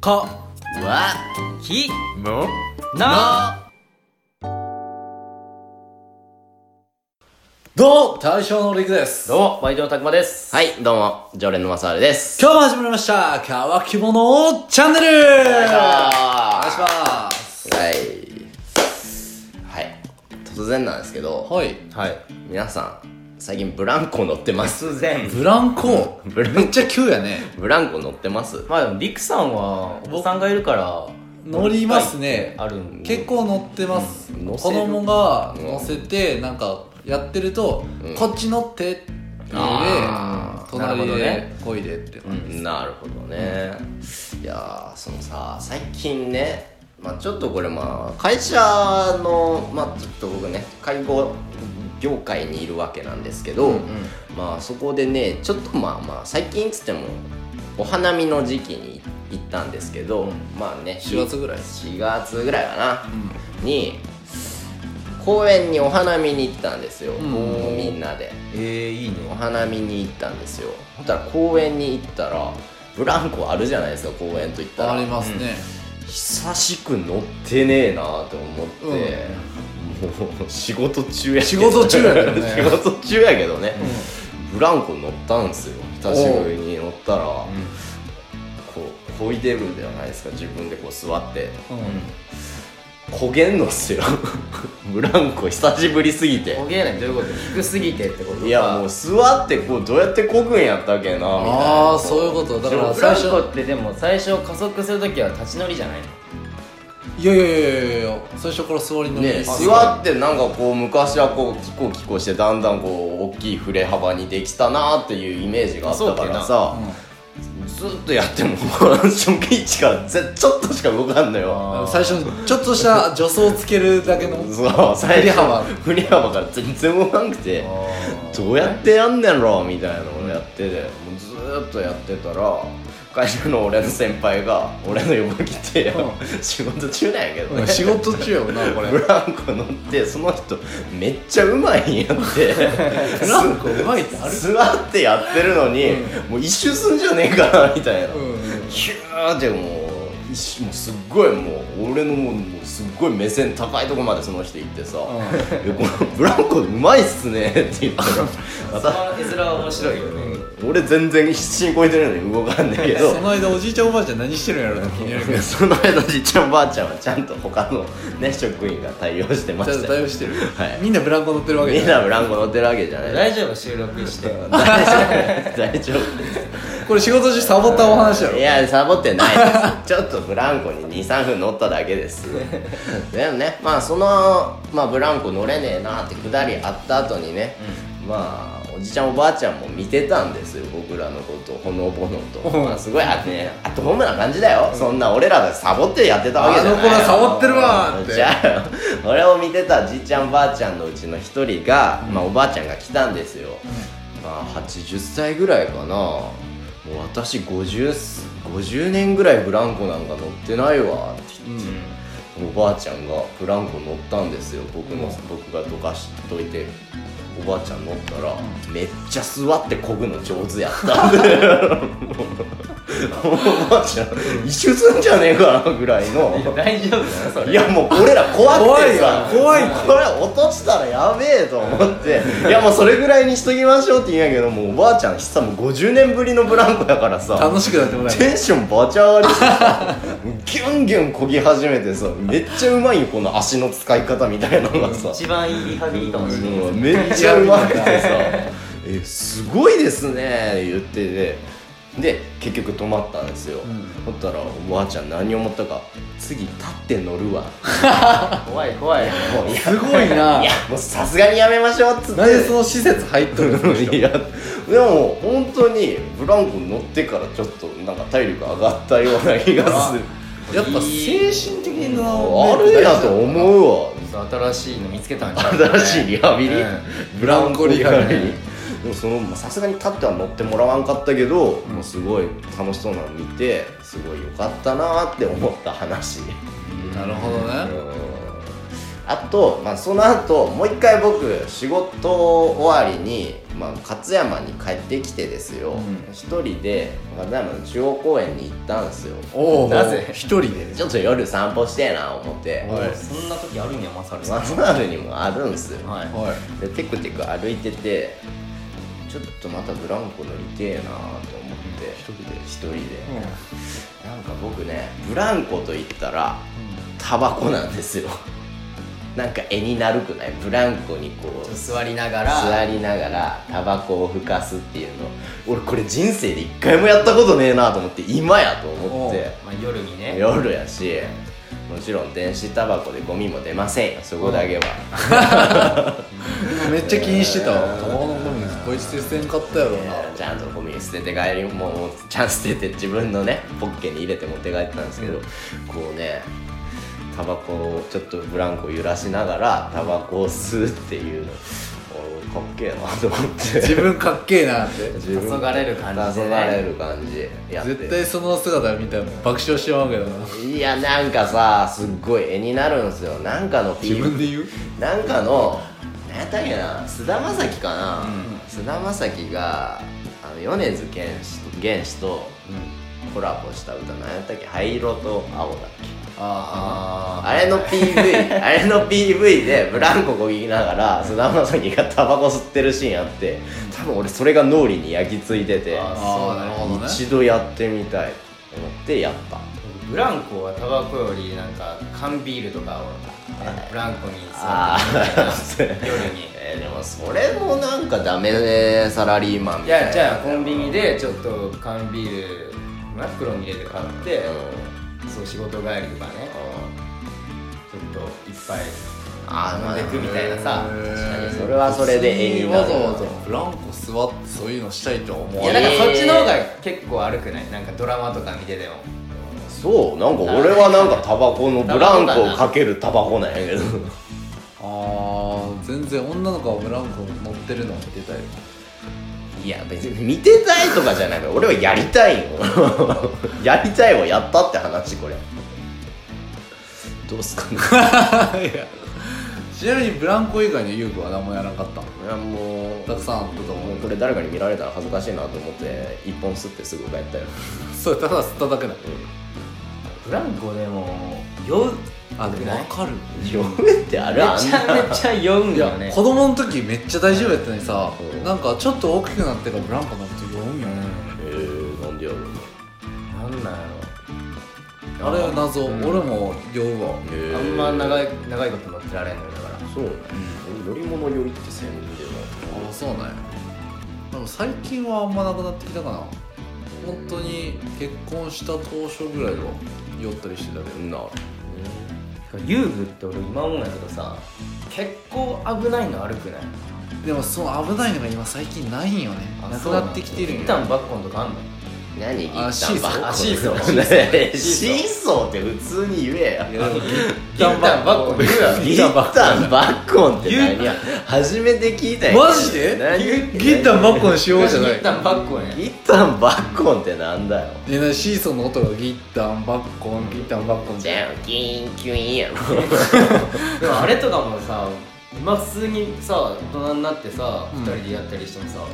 かわきもなどうも大将のりくですどうもバイトのたくまですはいどうも常連のマサールです今日も始まりました乾き物チャンネルお願いしはますいはい突然なんですけどはいはい皆さん最近ブランコ乗ってます突然ブランコブランコめっちゃ急やねブランコ乗ってますまあでもりくさんはお子さんがいるから乗りますねあるんで結構乗ってますうん乗子せる供が乗せてなんかやってるとこっち乗ってって言うであーなるほ隣どでねこいでって感じなるほどね、いやーそのさ最近ねまあちょっとこれまあ会社のまあちょっと僕ね介護業界にいるわけなんですけど、まあそこでねちょっとまあまあ最近つってもお花見の時期に行ったんですけど、まあね4月ぐらい4月ぐらいかな、に公園にお花見に行ったんですよ、んみんなで。えー、いいねお花見に行ったんですよほんたら公園に行ったらブランコあるじゃないですか公園といったらありますね久しく乗ってねえなと思って、もう仕事中やけど仕事中やけどね 仕事中やけどね、ブランコ乗ったんですよ久しぶりに乗ったら、こうこいでるじゃないですか自分でこう座ってうん焦げんのっすよ ブランコ久しぶりすぎておげえないどういうこと低すぎてってことかいやもう座ってこうどうやってこぐんやったっけなみたいなああそういうことだでかもらブ最ランコ初ってでも最初加速するときは立ち乗りじゃないのいやいやいやいやいや最初から座り乗りね、です座ってなんかこう昔はこうキコキコしてだんだんこう大きい振れ幅にできたなっていうイメージがあったからさ、ずっとやっても 初期位置からぜちょっとしか動かんのよ最初にちょっとした助走をつけるだけのそう振り幅振り幅から全然動かんくてどうやってやんねんろみたいなのをやっててもうずーっとやってたら会社の俺の先輩が俺の横に来て、仕事中なんやけどね、仕事中やもんなこれブランコ乗ってその人めっちゃうまいんやって ブランコうまいってある座ってやってるのに、もう一周すんじゃねえかなみたいな、うんヒューってもう一周もうすっごいもう俺のもうもうすっごい目線高いとこまでその人行ってさ「いやこのブランコうまいっすね」って言ったらまそたの絵面は面白いよね俺全然必死に超えてるのに動かんねえけ どその間おじいちゃんおばあちゃん何してるんやろって気になるけどその間じいちゃんばあちゃんはちゃんと他のね職員が対応してまちゃんしとた対よ応してるはいみんなブランコ乗ってるわけみんじゃなないブランコ乗ってるわけじゃない大丈夫収録して大丈夫 大丈夫これ仕事中サボったお話やろいやサボってないですちょっとブランコに23分乗っただけです でもねまあその、まあ、ブランコ乗れねえなってくだりあった後にね、まあおじちゃんおばあちゃんも見てたんですよ僕らのことをほのぼのと、まあ、すごいあ、ね、アットホームな感じだよ、そんな俺らがサボってやってたわけじゃないあの子らサボってるわーってじゃあ俺を見てたじいちゃんばあちゃんのうちの一人が、まあ、おばあちゃんが来たんですよ、まあ、80歳ぐらいかなもう私 50, す50年ぐらいブランコなんか乗ってないわって言って、おばあちゃんがブランコ乗ったんですよ僕の、僕がどかしといておばあちゃん乗ったら、めっちゃ座ってこぐの上手やったんで おばあちゃん一周すんじゃねえかなぐらいのいや大丈夫だなそれいやもう俺ら怖くてさ怖いよ怖いってこれ落としたらやべえと思っていやもうそれぐらいにしときましょうって言うんやけどもうおばあちゃん久もう50年ぶりのブランコだからさ楽しくなってもないテンションバチ上がりしてさギュンギュンこぎ始めてさめっちゃうまいよこの足の使い方みたいなのがさ一番いいリハビリかもしれないうんめっちゃうまくてさ「えすごいですね」言っててで結局止まったんですよ、ほったらおばあちゃん何思ったか「次立って 乗るわ」怖い怖いもういやすごいないやもうさすがにやめましょうっつってなんでその施設入っとるのいやでも本当にブランコ乗ってからちょっとなんか体力上がったような気がするやっぱ精神的なあるやと思うわ新しいの見つけたんじゃん新しいリハビリ、ブランコリハビリでもそのまあさすがに立っては乗ってもらわんかったけど、もうすごい楽しそうなの見てすごい良かったなーって思った話、なるほどうねんあと、まあ、その後もう一回僕仕事終わりに、まあ、勝山に帰ってきてですようん一、人で勝山の中央公園に行ったんですよおおなぜ一人でちょっと夜散歩してえな思っておーそんな時あるんやまさるさんマはいスマルにもあるんすよはでテクテク歩いててちょっとまたブランコ乗りてえなと思って一人で一人で、なんか僕ねブランコと言ったらタバコなんですよ なんか絵になるくないブランコにこう座りなが座らりながらタバコをふかすっていうの俺これ人生で一回もやったことねえなと思って今やと思ってまあ夜にね夜やしもちろん電子タバコでゴミも出ませんよそこだけは、いめっちゃ気にしてたわ卵のゴミこいつ捨てんかったやろな ちゃんとゴミ捨てて帰りももうちゃんと捨てて自分のねポッケに入れて持って帰ったんですけど、こうねタバコをちょっとブランコ揺らしながらタバコを吸うっていうのおかっけえなと思って 自分かっけえなって自分黄昏る感じでね黄昏る感じやって絶対その姿見たら爆笑してまうけどないやなんかさすっごい絵になるんですよなんかの自 PV 分で言うなんかの何やったっけな菅田将暉かな菅、田将暉があの米津玄師と玄師とコラボした歌何やったっけ灰色と青だっけああれの PV あれの PV でブランコこぎながら菅田将暉がタバコ吸ってるシーンあって多分俺それが脳裏に焼き付いててあああなるほどね一度やってみたいと思ってやったブランコはタバコよりなんか缶ビールとかをブランコにあ座ってー 夜にえーでもそれもなんかダメねサラリーマンみいたいなやじゃあコンビニでちょっと缶ビールまあ袋に入れて買ってうそう仕事帰りとかねんうんちょっといっぱいあ飲んでくみたいなさ確かにそれはそれで絵になる別わざわざブランコ座ってそういうのしたいとは思いわなやないんかそっちの方が結構悪くないなんかドラマとか見ててもそうなんか俺はなんかタバコのブランコをかけるタバコなんやけ どあー全然女の子がブランコ乗ってるの見てたよいや別に見てたいとかじゃない俺はやりたいよ やりたいをやったって話これどうすかね ちなみにブランコ以外の遊具は何もやらなかったのいやもうたくさんあったと思もううこれ誰かに見られたら恥ずかしいなと思って一本吸ってすぐ帰ったよそれただ吸っただけだブランコでも酔うあでも分かる酔うってあめるちあゃんなめちゃ酔うんいよや、ね子供の時めっちゃ大丈夫やったのにさ、うんなんかちょっと大きくなってからブランコ乗って酔うんよね、えー、なんでやろうねなんなんやあれは謎、うん俺も酔うわえろーあんま長い長いこと乗ってられんのよだからそうね、乗り物酔いって専門ではあそうなんやでも最近はあんまなくなってきたかな本当に結婚した当初ぐらいは酔ったりしてたけどな遊具って俺今思うんやけどさ結構危ないの悪くないでもその危ないのが今最近ないんよねなくなってきてるん一よ旦バッコンとかあんの何ギあシーソーあシーソーーシシーーソーって普通に言えいややでも 一旦バッコン言うやろギッタンバッコンって何や初めて聞いたんやけどマジで何ギッタンバッコンしようじゃない一旦バッコンやギッタンバッコンってなんだよえなシーソーの音がギッタンバッコンギッタンバッコンじゃあキーンキュイーンやろでもあれとかもさ今普通にさ大人になってさうん二人でやったりしてもさめ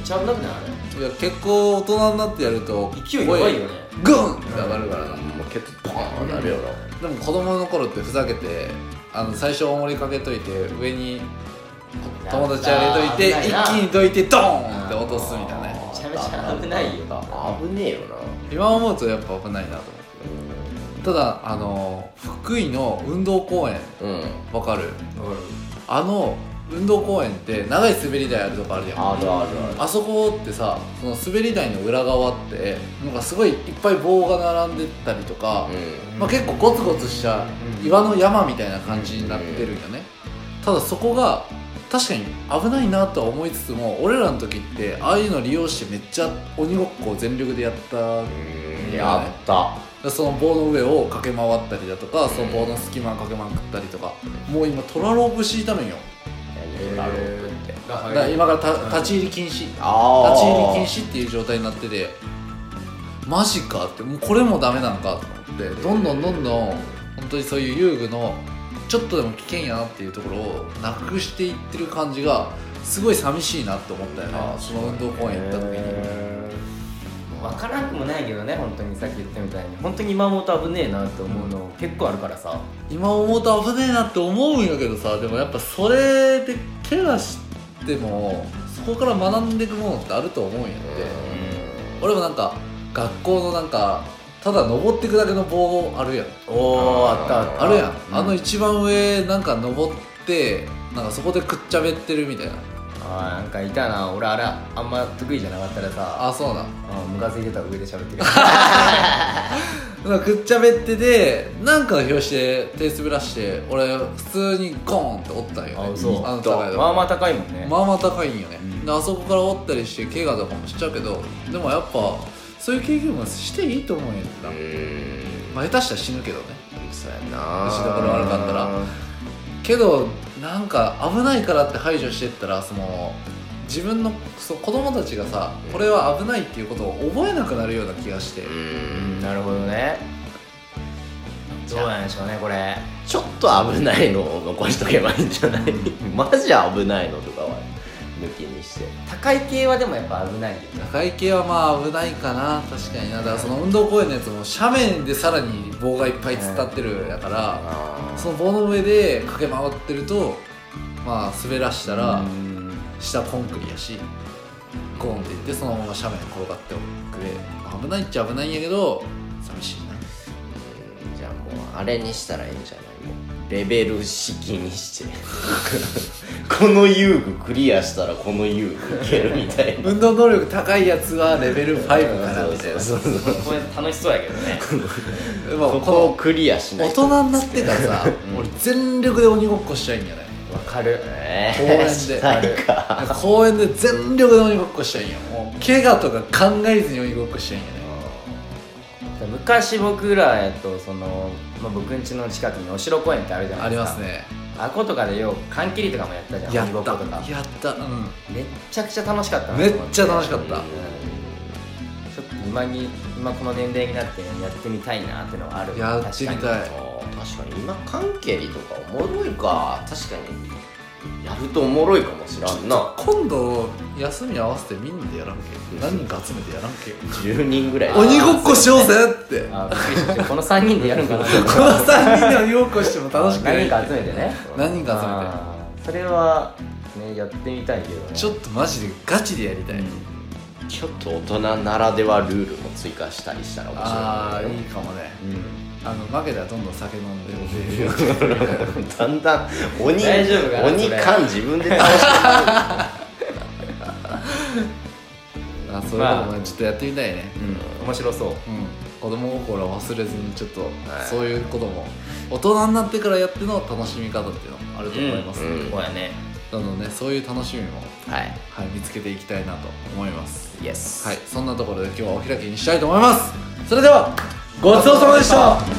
っちゃ危なくないあいや結構大人になってやるとれ勢い弱いよねグンって上がるからなもうケツポーンなるよなでも子供の頃ってふざけてあの最初おもりかけといて上に友達あげといてやったー危ないな一気にどいてドーンって落とすみたいなねめちゃめちゃ危ないよ危ねえよな今思うとやっぱ危ないなと思うただあの福井の運動公園うんわかるあの運動公園って長い滑り台あるとこあるやんあるあるあるあそこってさその滑り台の裏側ってなんかすごいいっぱい棒が並んでたりとか、うんまあ、結構ゴツゴツしたうん岩の山みたいな感じになってるんよね、ただそこが確かに危ないなとは思いつつも俺らの時ってああいうの利用してめっちゃ鬼ごっこを全力でやっただかうんやったらその棒の上を駆け回ったりだとかその棒の隙間駆けまくったりとかもう今トラロープ敷いたのよ何だろうってだから今からた立ち入り禁止立ち入り禁止っていう状態になっててマジかってもうこれもダメなんかと思ってどんどんどんどん本当にそういう遊具のちょっとでも危険やなっていうところをなくしていってる感じがすごい寂しいなって思ったよあねその運動公園行った時に分からんくもないけどね本当にさっき言ったみたいに本当に今思うと危ねえなって思うの結構あるからさ、今思うと危ねえなって思うんやけどさでもやっぱそれで怪我してもそこから学んでいくものってあると思うんやって俺もなんか学校のなんかただ登っていくだけの棒あるやんおおあったあったあるやんうんあの一番上なんか登ってなんかそこでくっちゃべってるみたいなあーなんかいたな俺あれあんま得意じゃなかったらさあそうなんあムカついてたら上で喋ってる なんかくっちゃべってでなんかの拍子で手滑らして俺普通にゴーンって折ったんよねあそうあの高いとこまあまあ高いもんね、まあまあ高いんよね、うんであそこから折ったりして怪我とかもしちゃうけどでもやっぱそういう経験もしていいと思うんやってな、まあ、下手したら死ぬけどねそうやな後ろから悪かったらけどなんか危ないからって排除してったらその自分のそう子供たちがさこれは危ないっていうことを覚えなくなるような気がして、うんなるほどねどうなんでしょうねこれちょっと危ないのを残しとけばいいんじゃないマジ危ないのとかは抜きにして高い系はでもやっぱ危ないよね高い系はまあ危ないかな確かになだからその運動公園のやつも斜面でさらに棒がいっぱい突っ立ってるやから、あその棒の上で駆け回ってるとまあ滑らしたらうん下コンクリやしゴーンっていってそのまま斜面転がってくれまあ危ないっちゃ危ないんやけど寂しいなじゃあもうあれにしたらいいんじゃないもうレベル式にしてこの遊具クリアしたらこの遊具いけるみたいな運動能力高いやつはレベル5かなみたいなそうそうそうこれ楽しそうやけどねまあこここをのクリアしない大と人になってからさ俺全力で鬼ごっこしちゃいんやね わかるえ公園ーで したいか公園で全力で鬼ごっこしちゃいんやもう怪我とか考えずに鬼ごっこしちゃいんやね昔僕らやとその、まあ、僕ん家の近くにお城公園ってあるじゃなあいでりすまかすねあことかでよう缶切りとかもやったじゃんや鬼ごっっこたとかやったうんめっちゃくちゃ楽しかったなめっと思てちゃ楽しかったちょっと今に今この年齢になってやってみたいなってのはあるやってみ確かたいあー確かに今関係とかおもろいか確かにやるとおもろいかもしらんな今度休み合わせてみんなでやらんけ何人か集めてやらんけ10人ぐらい鬼ごっこしようぜってにあびっくりしたこの3人でやるんかなこの3人で鬼ごっこしても楽しくない何人か集めてね何人かあーそれはねやってみたいけどね集めてちょっとマジでガチでやりたいちょっと大人ならではルールも追加したりしたら面白いああいいかもねうんあの負けたらどんどん酒飲んでお手入れをだん だん鬼大丈夫かな鬼それ感自分で倒してあそういうこともねちょっとやってみたいねうん面白そううん子供心を忘れずにちょっといそういうことも大人になってからやっての楽しみ方っていうのもあると思いますうんそうやねなのでねそういう楽しみもるはいはい見つけていきたいなと思いますイエスはい、そんなところで今日はお開きにしたいと思います。それでは、ごちそうさまでした。